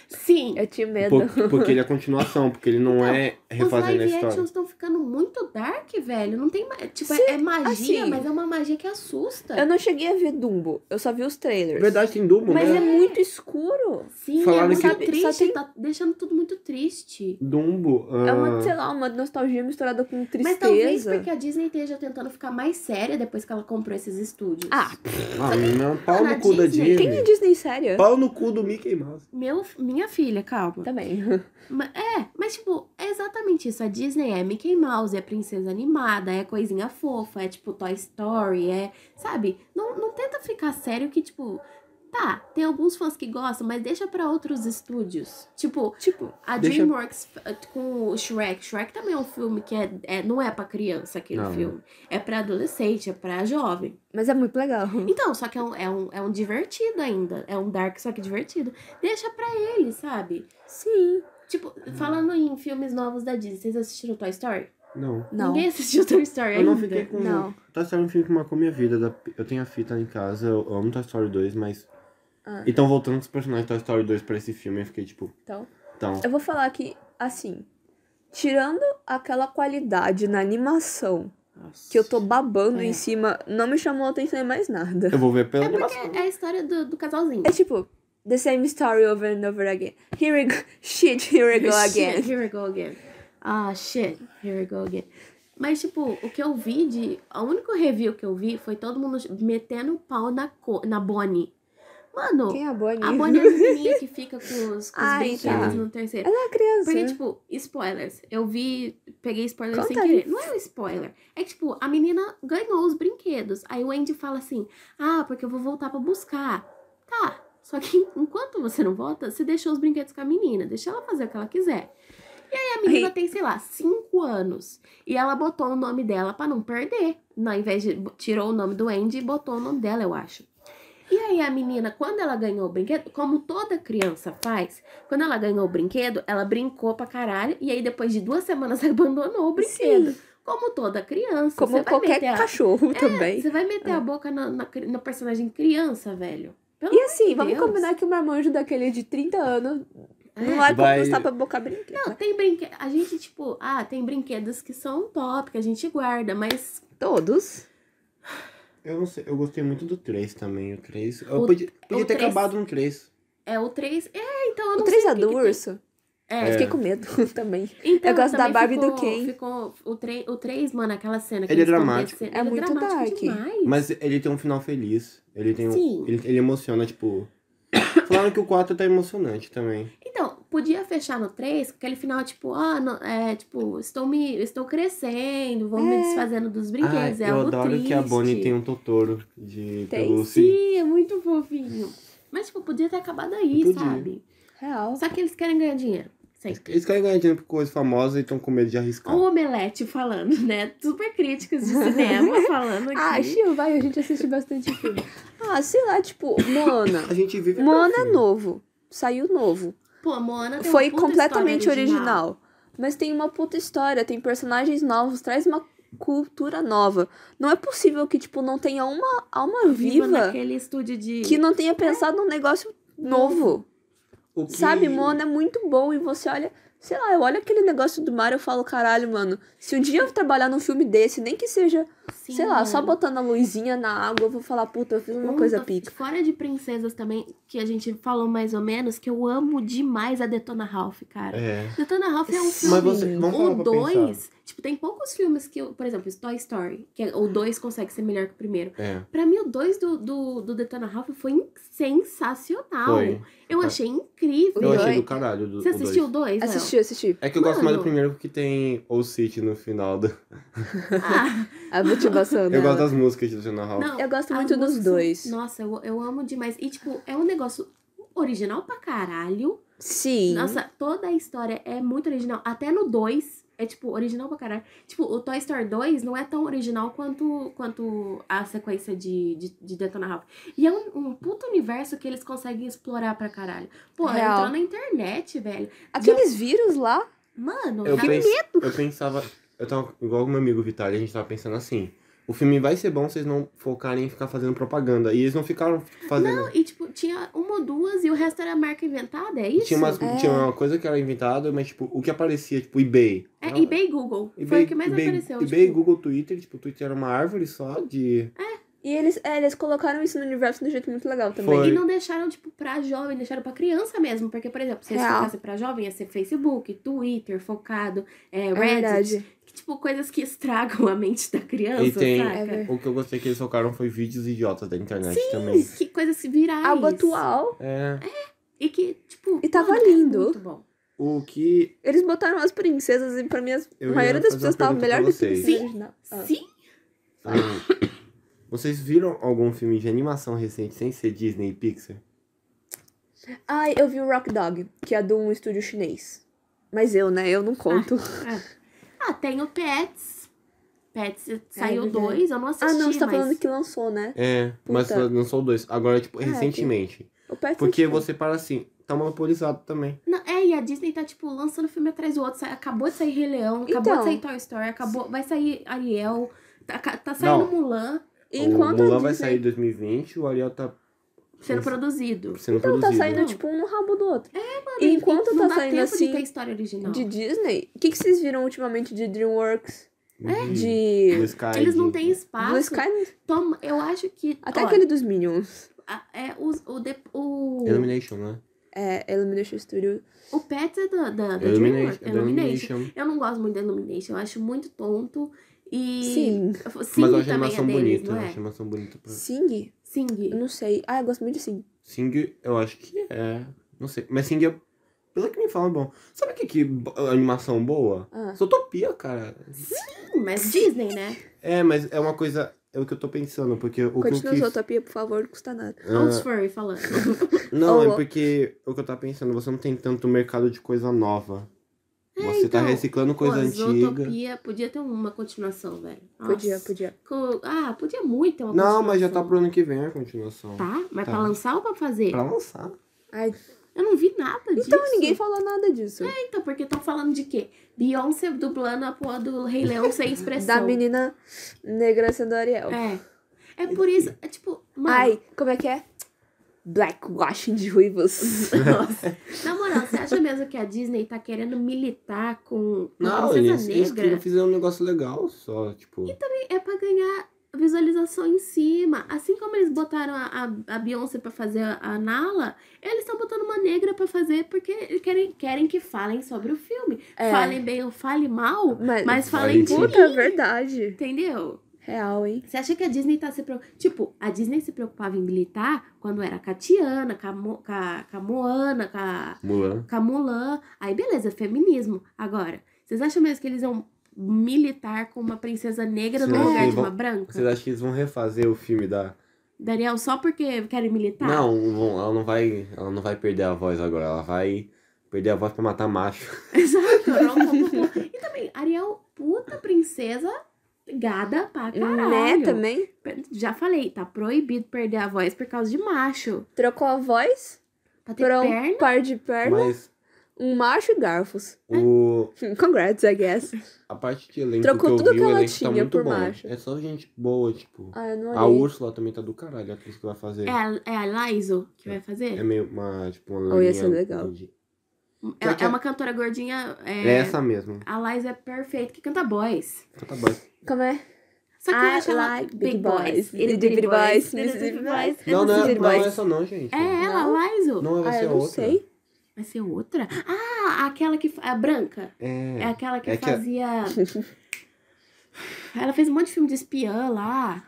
Sim. Eu Um tinha medo. Por- porque ele é continuação, porque ele não Então, é Os refazendo a live história. actions estão ficando muito dark, velho. Não tem. ma- Tipo, é- Sim, é magia, assim. mas é uma magia que assusta. Eu não cheguei a ver Dumbo. Eu só vi os trailers. Verdade, tem Dumbo, Mas é né? muito escuro. Sim, é Falaram muito que- só triste. tem- Tá deixando tudo muito triste. Dumbo. É ah, uma, sei lá, uma nostalgia misturada com tristeza. Mas talvez porque a Disney esteja tentando ficar mais séria depois que ela comprou esses estúdios. Ah, ah, não, pau na no cu da Disney. Disney. quem é Disney séria? Pau no cu do Mickey Mouse. Meu, minha filha, calma. Também. Ma- É, mas tipo, é exatamente isso. A Disney é Mickey Mouse, é princesa animada, é coisinha fofa, é tipo Toy Story, é. Sabe? Não, não tenta ficar sério que, tipo. Tá, tem alguns fãs que gostam, mas deixa pra outros estúdios. Tipo, Tipo, a Deixa- DreamWorks f- com o Shrek. Shrek também é um filme que é, é- não é pra criança aquele Não. né? filme. É pra adolescente, é pra jovem. mas é muito legal. Então, só que é um, é, um, é um divertido ainda. É um dark, só que divertido. Deixa pra ele, sabe? Sim. Tipo, Uhum. falando em filmes novos da Disney, vocês assistiram Toy Story? Não. Não. Ninguém assistiu Toy Story Eu não ainda. fiquei com. Não. Toy Story é um filme que marcou minha vida. da- Eu tenho a fita em casa, eu amo Toy Story 2, mas. Ah. Então, voltando com os personagens de Toy Story 2 pra esse filme, eu fiquei tipo. Então. Então. Eu vou falar que, assim, tirando aquela qualidade na animação que eu tô babando É. em cima, não me chamou a atenção em mais nada. Eu vou ver pela É animação. porque é a história do, do casalzinho. É tipo, the same story over and over again. Here we go, shit, here we go Shit, again. here we go again. Ah, shit, here we go again. Mas, tipo, o que eu vi de. O único review que eu vi foi todo mundo metendo o pau na, co... na Bonnie. Mano, Quem é a Bonnie? a Bonnie é a menininha que fica com os, com os Ai, brinquedos tá. no terceiro. Ela é uma criança. Porque, tipo, spoilers. Eu vi, peguei spoiler sem Conta aí. querer. Não é um spoiler. É que, tipo, a menina ganhou os brinquedos. Aí o Andy fala assim: Ah, porque eu vou voltar pra buscar. Tá. Só que enquanto você não volta, você deixou os brinquedos com a menina. Deixa ela fazer o que ela quiser. E aí a menina Ai. tem, sei lá, 5 anos. E ela botou o nome dela pra não perder. Não, ao invés de. Tirou o nome do Andy e botou o nome dela, eu acho. E aí a menina, quando ela ganhou o brinquedo, como toda criança faz, quando ela ganhou o brinquedo, ela brincou pra caralho. E aí depois de duas semanas ela abandonou o brinquedo. Como toda criança. Como você vai qualquer meter a- É, cachorro É. também. Você vai meter a boca na, na, cri- na personagem criança, velho. Pelo E amor assim, de vamos Deus. combinar que o marmanjo daquele de 30 anos não É. vai Vai- conquistar pra boca brinquedo. Não, tem brinquedo. A gente, tipo, ah, tem brinquedos que são top, que a gente guarda, mas Todos. Eu não sei, eu gostei muito do 3 também. O 3. Eu O- podia, o podia ter três- acabado no 3. é o 3. É, Então eu O não 3 sei é que do que tem. urso? É. Eu fiquei com medo também. Então, Eu gosto da também Barbie do ficou, Ken. Ficou o 3, o 3, mano, aquela cena que Ele é eles estão dramático. descendo, É ele muito dramático dark. demais. Mas ele tem um final feliz. Ele tem um- Sim. Ele, ele emociona, tipo. Falaram que o 4 tá emocionante também. Então, podia fechar no 3, aquele final, tipo, ah, não- é, tipo, estou me. Estou crescendo, vou É. me desfazendo dos brinquedos. é Ah, eu algo adoro triste. que a Bonnie tem um Totoro de Tem, pelúcia. Sim, é muito fofinho. Mas, tipo, podia ter acabado aí, Podia. sabe? Real. Só que eles querem ganhar dinheiro. Sempre. Eles querem ganhar dinheiro por coisa famosa e estão com medo de arriscar. O Omelete falando, né? Super críticos de cinema falando aqui. Ah, Chiu, vai, a gente assiste bastante filme. Ah, sei lá, tipo, Mona. A gente vive. pra Mona é filme. novo. Saiu novo. Pô, Moana tem Foi uma puta completamente história original. Mas tem uma puta história, tem personagens novos, traz uma cultura nova. Não é possível que, tipo, não tenha uma alma Tá Viva viva naquele É. estúdio de. que não tenha pensado num negócio Uhum. novo. O que- Sabe, Mona é muito bom e você olha, sei lá, eu olho aquele negócio do mar e eu falo, caralho, mano, se um dia eu trabalhar num filme desse, nem que seja, Sim, sei lá, só mano. botando a luzinha na água, eu vou falar, puta, eu fiz uma Puta, coisa pica. Fora de princesas também, que a gente falou mais ou menos, que eu amo demais a Detona Ralph, cara. É. Detona Ralph é um Mas filme. Mas você. Vamos parar o pra pensar. 2, tipo, tem poucos filmes que, eu- por exemplo, Toy Story, que é- o 2 consegue ser melhor que o primeiro. É. Pra mim, o 2 do, do, do Detona Ralph foi in- sensacional. Foi. Eu É. achei incrível. Eu O achei dois- do caralho. Do, Você o dois. assistiu o 2? Assisti, assisti. É que eu gosto mais do Mano. primeiro porque tem Old City no final. do- Ah, A motivação Eu dela. gosto das músicas do Jonah Hall. não. Eu gosto As muito dos músicas- dois. Nossa, eu, eu amo demais. E, tipo, é um negócio original pra caralho. Sim. Nossa, toda a história é muito original. Até no 2, é tipo, original pra caralho. Tipo, o Toy Story 2 não é tão original quanto, quanto a sequência de, de, de Detona Ralph. E é um, um puto universo que eles conseguem explorar pra caralho. Pô, Real. entrou na internet, velho. Aqueles vírus lá, Mano, Eu, tá- pens- eu pensava. Eu tava igual o meu amigo Vitali, a gente tava pensando assim. O filme vai ser bom se vocês não focarem em ficar fazendo propaganda. E eles não ficaram fazendo. Não, e tipo, tinha uma ou duas e o resto era marca inventada, é E isso? Tinha, umas- É. tinha uma coisa que era inventada, mas tipo, o que aparecia, tipo, eBay. É, Ah, eBay e Google. Foi o que mais eBay, apareceu. eBay, tipo, Google, Twitter, tipo, o Twitter era uma árvore só de. e eles, é, eles colocaram isso no universo de um jeito muito legal também. Foi. E não deixaram, tipo, pra jovem, deixaram pra criança mesmo. Porque, por exemplo, se eles Real. focassem pra jovem, ia ser Facebook, Twitter, focado, é, É Reddit. verdade. que, tipo, coisas que estragam a mente da criança, E tem- saca? É verdade. O que eu gostei que eles focaram foi vídeos idiotas da internet também. Sim, que coisas virais. Algo atual. É. E que, tipo... E tava mano, é lindo. muito bom. O que. Eles botaram as princesas e pra mim as- Eu a maioria ia das fazer pessoas uma tava pergunta melhor pra do que a vocês. princesa original. Ah. Sim, hum, vocês viram algum filme de animação recente sem ser Disney e Pixar? Ah. Ai, eu vi o Rock Dog, que é de um estúdio chinês. Mas eu, né? Eu não conto. ah, tem o Pets. Pets saiu É verdade. dois, eu não Ah, assisti, não, você tá mas... falando que lançou, né? É, mas Puta. lançou dois. Agora, tipo, Ah, recentemente. O Pet Porque Sematary. você para assim, tá monopolizado também. Não, é, e a Disney tá, tipo, lançando filme atrás do outro. Sa- Acabou de sair Rei Leão, acabou Então. de sair Toy Story, acabou... Vai sair Ariel, tá, tá saindo Não. Mulan, E Enquanto o a Mulan vai Disney- sair em 2020, o Ariel tá sendo Isso. produzido. sendo Então tá produzido. saindo, Não. tipo, um no rabo do outro. É, mano. E- Enquanto e não tá dá saindo tempo assim de ter história original. de Disney, o que, que vocês viram ultimamente de DreamWorks? De... De... do Sky, É, Eles não de- têm espaço. Blue Sky? Toma, eu acho que. né? Até ó, aquele dos Minions. a- é, os- o, de- o, Illumination, né? É, Illumination Studio. o pet é da, da, da Illumination. DreamWorks. é Illumination. Eu não gosto muito da Illumination, eu acho muito tonto. E. Sim. Sing Mas eu acho também é a animação deles, bonita. não Eu é? acho a animação bonita. Pra... Sing? Eu Sing. não sei. Ah, eu gosto muito de Sing. Sing, eu acho que é. Não sei. Mas Sing é. Pelo que me falam, é bom. Sabe o que que bo- animação boa? Ah. Zootopia, cara. Hum, Mas Disney, né? É, mas é uma coisa. É o que eu tô pensando, porque o que eu Continua a quis... Zootopia, por favor, não custa nada. Ah, Olha os furry falando. Não, Ou- é porque o que eu tava pensando, você não tem tanto mercado de coisa nova. É, Você tá então, reciclando coisa Pô, antiga. Zootopia podia ter uma continuação, velho. Nossa. Podia, podia. Co- Ah, podia muito ter uma Não, continuação. mas já tá pro ano que vem a continuação. Tá? Mas Tá. pra lançar ou pra fazer? Pra lançar. Ai, Eu não vi nada disso. então ninguém falou nada disso. Então, porque estão falando de quê? Beyoncé dublando a porra do Rei Leão sem expressão. da menina negra sendo Ariel. É. É por isso, é tipo, mano, Ai, como é que é? Blackwashing de ruivos. nossa. Na moral, você acha mesmo que a Disney tá querendo militar com com a Não, princesa eles, eles negra? Então. queriam fazer um negócio legal só, tipo. É pra ganhar visualização em cima. Assim como eles botaram a, a, a Beyoncé pra fazer a, a Nala, eles estão botando uma negra pra fazer porque eles querem, querem que falem sobre o filme. É. Falem bem ou falem mal, Mas- mas falem Falem sim. bonito. Puta, é verdade. Entendeu? Real, hein? Você acha que a Disney tá se preocupando? Tipo, a Disney se preocupava em militar quando era com a Tiana, com a, Mo... com a... com a Moana, com a... Mulan. com a Mulan. Aí beleza, é feminismo. Agora, vocês acham mesmo que eles vão militar com uma princesa negra Sim, no lugar sim, de uma vão- branca? Ah. Vocês acham que eles vão refazer o filme da. Daniel, só porque querem Tá. militar? Não, vão- ela não vai. Ela não vai perder a voz agora. Ela vai perder a voz pra matar macho. Exato. rom, pom, pom, pom. e também, Ariel, puta princesa, gada pra caralho. Né, também? Já falei, tá proibido perder a voz por causa de macho. Trocou a voz Pra ter pra um perna. par de pernas, Mas um macho e garfos. o. Congrats, I guess. A parte de elenco Trocou que eu tudo vi, que o ela elenco tá tinha muito por bom. macho. É só gente boa, tipo. Ah, eu não A olhei. Úrsula também tá do caralho, a atriz que vai fazer. É a, é a Laiso que vai É fazer? meio uma, tipo, uma Oh, ia ser loirinha legal. de- É, Será que é é- uma cantora gordinha. É, É, essa mesmo. A Laiso é perfeita, que canta boys. Então tá bom. Como é? Só que eu I acho ela like big, big boys, boys. Little little big boys, boys. little little big big boys. boys. Não, não, é- Little não é Boys. essa não, gente. É ela, Não? Laiso. Não, vai Ah, ser eu não outra. sei. Vai ser outra? Ah, aquela que. fa- A branca. É. É aquela que É que a- fazia. Ela fez um monte de filme de espiã lá.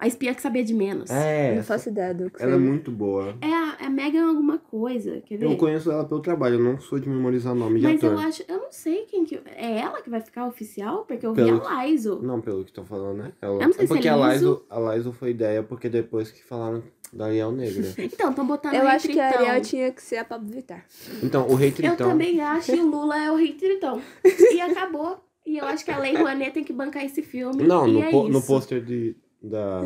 A espiã que sabia de menos. É, É, Não essa- faço ideia do que ela é seja. muito boa. a, é Megan alguma coisa, quer ver? Eu conheço ela pelo trabalho, eu não sou de memorizar nome de É. Mas ator. eu acho. Eu não sei quem que. É ela que vai ficar oficial? Porque eu vi Pelo a Laiso. Não, pelo que estão falando, né? Ela... Eu não sei é se porque é a, liso. Lizo, a Lizo foi ideia, porque depois que falaram da Ariel Negra. Então, estão botando Eu aí acho que a Tritão. Ariel tinha que ser a Pablo Vittar. Então, o Rei Eu Tritão. também acho que o Lula é o rei Tritão. E acabou. E eu acho que a Lei Rouanet tem que bancar esse filme. Não, e no, é po- isso. no pôster de. Da,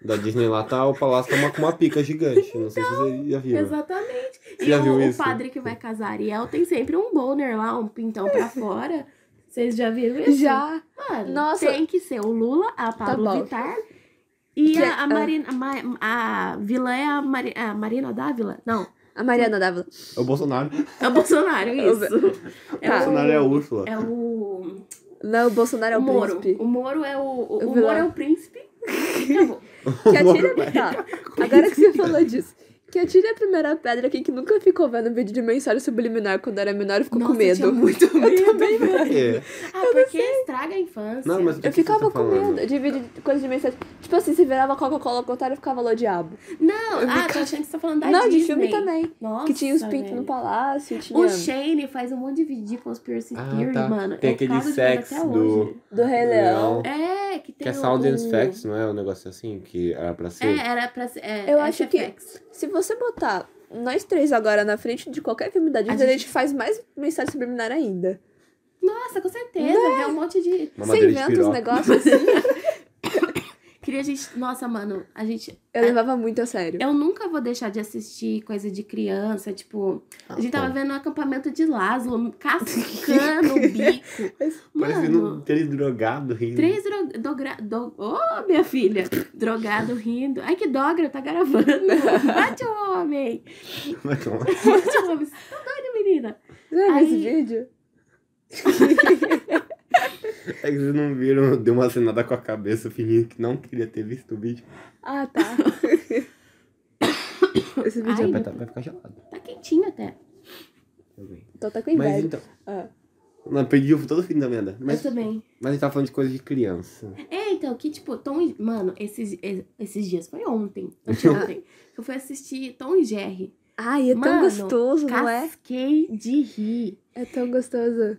da Disney lá tá o palácio tá uma, com uma pica gigante. Não sei se vocês já viram. Exatamente. Você e já o, viu o isso? padre que vai casar Ariel tem sempre um boner lá, um pintão pra fora. Vocês já viram isso? Já. Mano, Nossa. Tá tem que ser o Lula, a Pablo bom. Vittar. E Que- a, ah. a Marina. A, Ma- a vilã é a, Mari, a Marina Dávila? Não. A Mariana Dávila. É o Bolsonaro. É o Bolsonaro, isso. O Bolsonaro é a Úrsula. É o. Não, o Bolsonaro é o, o Moro. príncipe. O Moro é o. O, O o vilão. Moro é o príncipe. Acabou. Que atire... tá. Agora que você falou disso. Que atire a primeira pedra aqui que nunca ficou vendo vídeo de mensagem subliminar quando era menor e ficou Nossa, com eu tinha medo. muito Eu medo. também, Por quê? Ah, porque estraga a infância. Não, mas do Eu que ficava você tá com falando? medo de vídeo de coisa de mensagem. Tipo assim, se virava Coca-Cola ao contrário, ficava Lô Diabo. Não, Eu ah, fico- tô achando que você tá falando da Não, Disney. de filme também. Nossa, que tinha os pintos velho. no né? palácio, tinha O Shane faz um monte de vídeo de conspiracy Ah, theory, tá. mano. Tem Eu aquele cago de medo sex até do- hoje. do Rei Leão. Leão. É, que tem Que é o- Sound o- and Facts, não é um negócio assim que era pra ser? É, era pra ser... É, Eu acho que- SFX. Se você botar nós três agora na frente de qualquer filme da Disney, a gente, gente- faz mais mensagem subliminar ainda. Nossa, com certeza. Né? Vê um monte de... Uma você madeira de inventa piroca. os negócios assim. Queria a gente... Nossa, mano, a gente... Eu levava muito a sério. Eu nunca vou deixar de assistir coisa de criança, tipo... A gente Então, Tá. tava vendo o acampamento de Laszlo, cascando o bico. Parece Mano, um três drogado rindo. três drogados... Do... Ô, minha filha! Drogado rindo. Ai, que dogra, tá gravando. Bate o homem! Mas não. é Bate o homem. Tá doida, menina? Lembra Aí- esse vídeo? É que vocês não viram, eu dei uma acenada com a cabeça fingindo que não queria ter visto o vídeo. Ah, tá. esse vídeo é Ai, Vai, tá- vai ficar gelado. Tá quentinho até. também. é... Então tá com Mas inveja. então. Ah. Não, perdi o- todo o fim da merda. Mas, Eu também. mas a gente tava falando de coisa de criança. É, então, que tipo, Tom e... Mano, esses, es- esses dias, foi ontem, anteontem, que eu fui assistir Tom e Jerry. Ai, é tão Mano, gostoso, não é? Casquei de rir. É tão gostoso.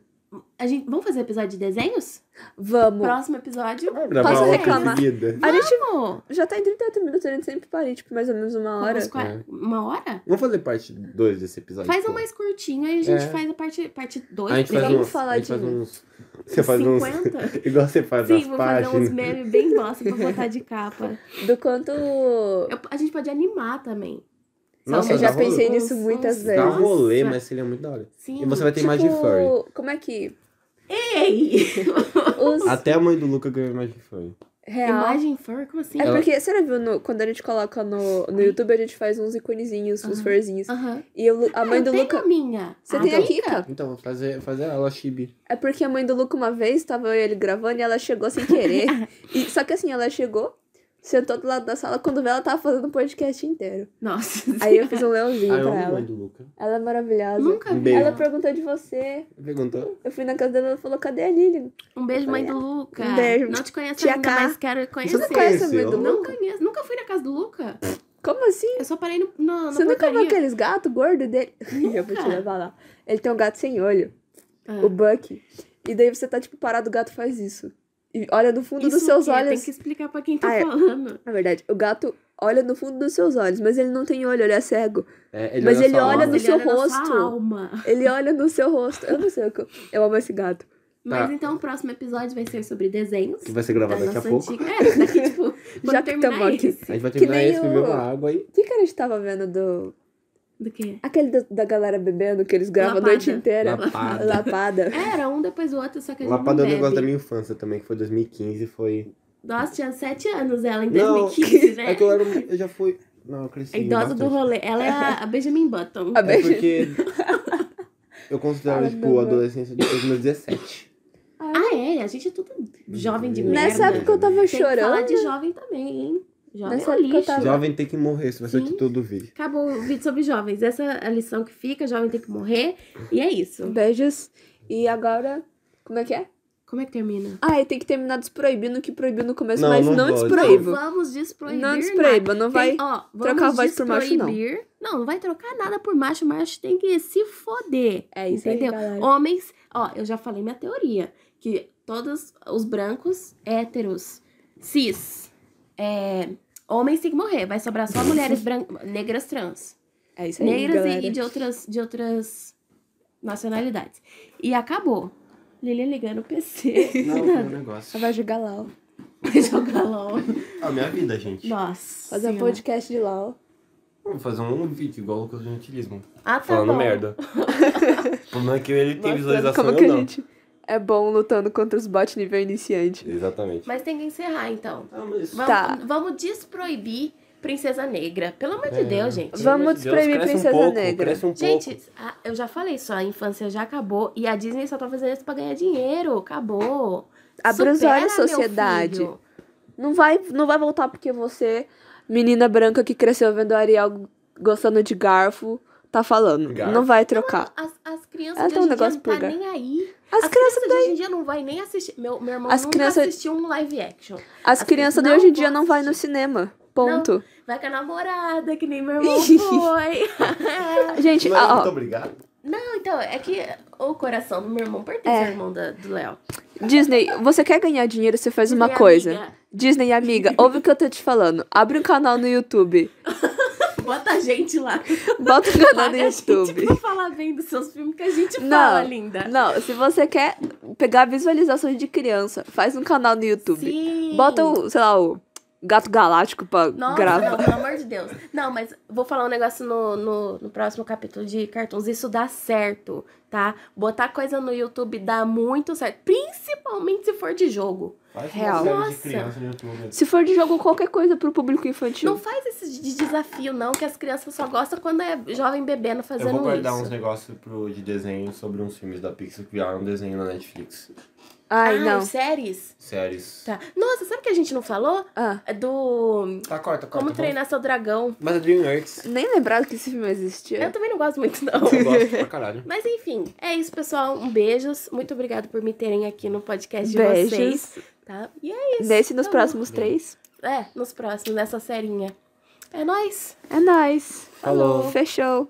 A gente, vamos fazer episódio de desenhos? Vamos. Próximo episódio. Vamos gravar Posso outra reclamar? seguida? A gente Vamos! já tá em 38 minutos, a gente sempre para em, tipo, mais ou menos uma hora. Uns qua- É. Uma hora? Vamos fazer parte 2 desse episódio. Faz pô. um mais curtinho, aí a gente É. faz a parte 2. Parte dois, A gente faz Vamos uns. falar a gente faz de- uns. Você faz uns. 50? Igual você faz Sim, as vou páginas. fazer uns memes bem bosta pra botar de capa. Do quanto. Eu- a gente pode animar também. Nossa, eu já dá pensei rolê. nisso Uns- muitas uns- vezes. Dá um rolê, Nossa. mas seria muito da hora. Sim. E você vai ter tipo, imagem furry. Como é que. Ei! Os Até a mãe do Luca ganhou imagem furry. real. Imagem fur? Como assim? É Ela- porque, você já viu, no- quando a gente coloca no, no Ai. YouTube, a gente faz uns iconezinhos, uns Ah. Aham. furzinhos. Aham. E eu- a mãe eu do tenho Luca... a minha. Ah, tá. Você A tem a minha. Kika? Então, vou fazer, fazer ela chibi. É porque a mãe do Luca, uma vez, tava eu e ele gravando e ela chegou sem querer. E- só que assim, ela chegou, sentou do lado da sala quando vê ela tava fazendo o podcast inteiro. Nossa. Aí eu fiz um leãozinho Ah, eu pra amo a mãe ela. do Luca. Ela é maravilhosa. Nunca Um vi. beijo. Ela perguntou de você. Perguntou? Eu fui na casa dela e ela falou: cadê a Lilian? Um beijo, mãe do Luca. Um beijo. Não te conheço Tia ainda, K. mas quero conhecer. Você não conhece a mãe conheceu? do Luca? Não conheço. Nunca fui na casa do Luca. Como assim? Eu só parei no, na, na Você nunca viu portaria. aqueles gatos gordos dele? Eu vou te levar lá. Ele tem um gato sem olho, Ah. o Buck. E daí você tá tipo parado, o gato faz isso. E olha no fundo dos Isso seus o quê? olhos. Tem que explicar pra quem tá Ah, é. falando. Na verdade, o gato olha no fundo dos seus olhos, mas ele não tem olho, ele é cego. É, Mas ele só- olha no Nossa, seu ele olha na sua rosto. alma. Tá. Ele olha no seu rosto. Eu não sei o que. Eu, eu amo esse gato. Mas Tá. então o próximo episódio vai ser sobre desenhos. Que vai ser gravado da daqui a nossa pouco. Antiga... É, daqui, tipo, quando Já que terminar tamo aqui. esse. A gente vai Que terminar nem esse, beber o- uma água aí. O que, que a gente tava vendo do. Do quê? Aquele da, da galera bebendo que eles gravam Lapada. a noite inteira? Lapada. Lapada. É, Era um depois o outro, só que a gente Lapada é um não negócio da bebe. minha infância também, que foi 2015, foi... Nossa, tinha 7 anos ela em Não, 2015, né? é que eu era... um- Eu já fui... Não, eu É cresci A idosa do bastante. rolê. Ela é a, a Benjamin Button. A É beijo. porque... Eu considero, Fala, tipo, Dudu. a adolescência de 2017. Ah, é? A gente é tudo jovem de merda. Nessa época né? eu tava Tem que falar chorando. de jovem também, hein? Jovem Nessa é um época eu lixo. tava- Jovem tem que morrer, se vai ser o Sim. título do vídeo. Acabou o vídeo sobre jovens. Essa é a lição que fica, jovem tem que morrer. E é isso. Beijos. E agora. Como é que é? Como é que termina? Ah, e tem que terminar desproibindo o que proibiu no começo, Não, mas não não, pode. desproíbo. Não vamos desproibir Não nada. desproíba, não vai. Tem- ó, vamos trocar a voz por macho, não. desproibir. Não, não vai trocar nada por macho. Macho tem que se foder. É isso entendeu? aí, galera. Homens, ó, eu já falei minha teoria. Que todos os brancos, héteros, cis, é, homens têm que morrer. Vai sobrar só mulheres bran- negras trans. É isso aí, Negras galera. e, e de, outras, de outras nacionalidades. E acabou. Lilian ligando o PC. Não, foi um negócio. Ela vai jogar LOL. Vai jogar LOL. A minha vida, gente. Nossa. Fazer um Senhora. podcast de LOL. Vamos fazer um vídeo igual o Lucas Gentilismo. Ah, tá falando bom. merda. O problema é que ele tem Mostrando visualização Como ou que não. a gente é bom lutando contra os bots nível iniciante. Exatamente. Mas tem que encerrar, então. Ah, mas... Vamos, Tá. vamos desproibir Princesa Negra. Pelo amor de É. Deus, gente. Vamos Meu Deus, desprender cresce Princesa um pouco, Negra. Cresce um pouco. Gente, a- eu já falei isso, a infância já acabou e a Disney só tá fazendo isso pra ganhar dinheiro. Acabou. Abra os Supera, olhos, meu sociedade. filho. Não vai, não vai voltar porque você, menina branca que cresceu vendo Ariel gostando de garfo, tá falando. Garfo. Não vai trocar. As, as crianças Ela de tem um hoje em dia negócio não por tá gar- nem aí. As, crianças, de hoje em dia não vai nem assistir. Meu, meu irmão As nunca crianças- assistiu um live action. as as crianças de não hoje em dia não gostam vai de- no cinema. Ponto. Vai com a namorada, que nem meu irmão foi. Gente, Mas, ó, ó, muito obrigado. não, então, é que o coração do meu irmão pertence É. ao irmão da- do Léo. Disney, você quer ganhar dinheiro, você faz uma Minha coisa. amiga, Disney, amiga, ouve o que eu tô te falando. Abre um canal no YouTube. Bota a gente lá. Bota um canal no Paga a gente YouTube. pra falar bem dos seus filmes que a gente Não. fala, linda. Não, se você quer pegar visualizações de criança, faz um canal no YouTube. Sim. Bota o, sei lá, o Gato Galáctico pra Nossa, não, gravar. pelo amor de Deus. Não, mas vou falar um negócio no, no, no próximo capítulo de cartões. Isso dá certo, tá? Botar coisa no YouTube dá muito certo. Principalmente se for de jogo. Faz série Real. de Nossa. criança no YouTube. Se for de jogo, qualquer coisa pro público infantil. Não faz esse de desafio, não, que as crianças só gostam quando é jovem bebendo Eu fazendo vou guardar uns isso. negócios pro, de desenho sobre uns filmes da Pixar que viraram desenho na Netflix. Ai, ah, não. séries? Séries. Tá. Nossa, sabe o que a gente não falou? Ah, É Do Tá, corta, corta. Como vamos. Treinar Seu Dragão. Mas a DreamWorks nem lembrava que esse filme existia. Eu também não gosto muito, não. eu gosto pra caralho. Mas enfim, é isso, pessoal. Um beijos. Muito obrigado por me terem aqui no podcast de vocês. Beijos. Tá? E é isso. Nesse e nos Tá bom. próximos três. É, nos próximos, nessa serinha. É nóis! É nóis. Falou. Fechou.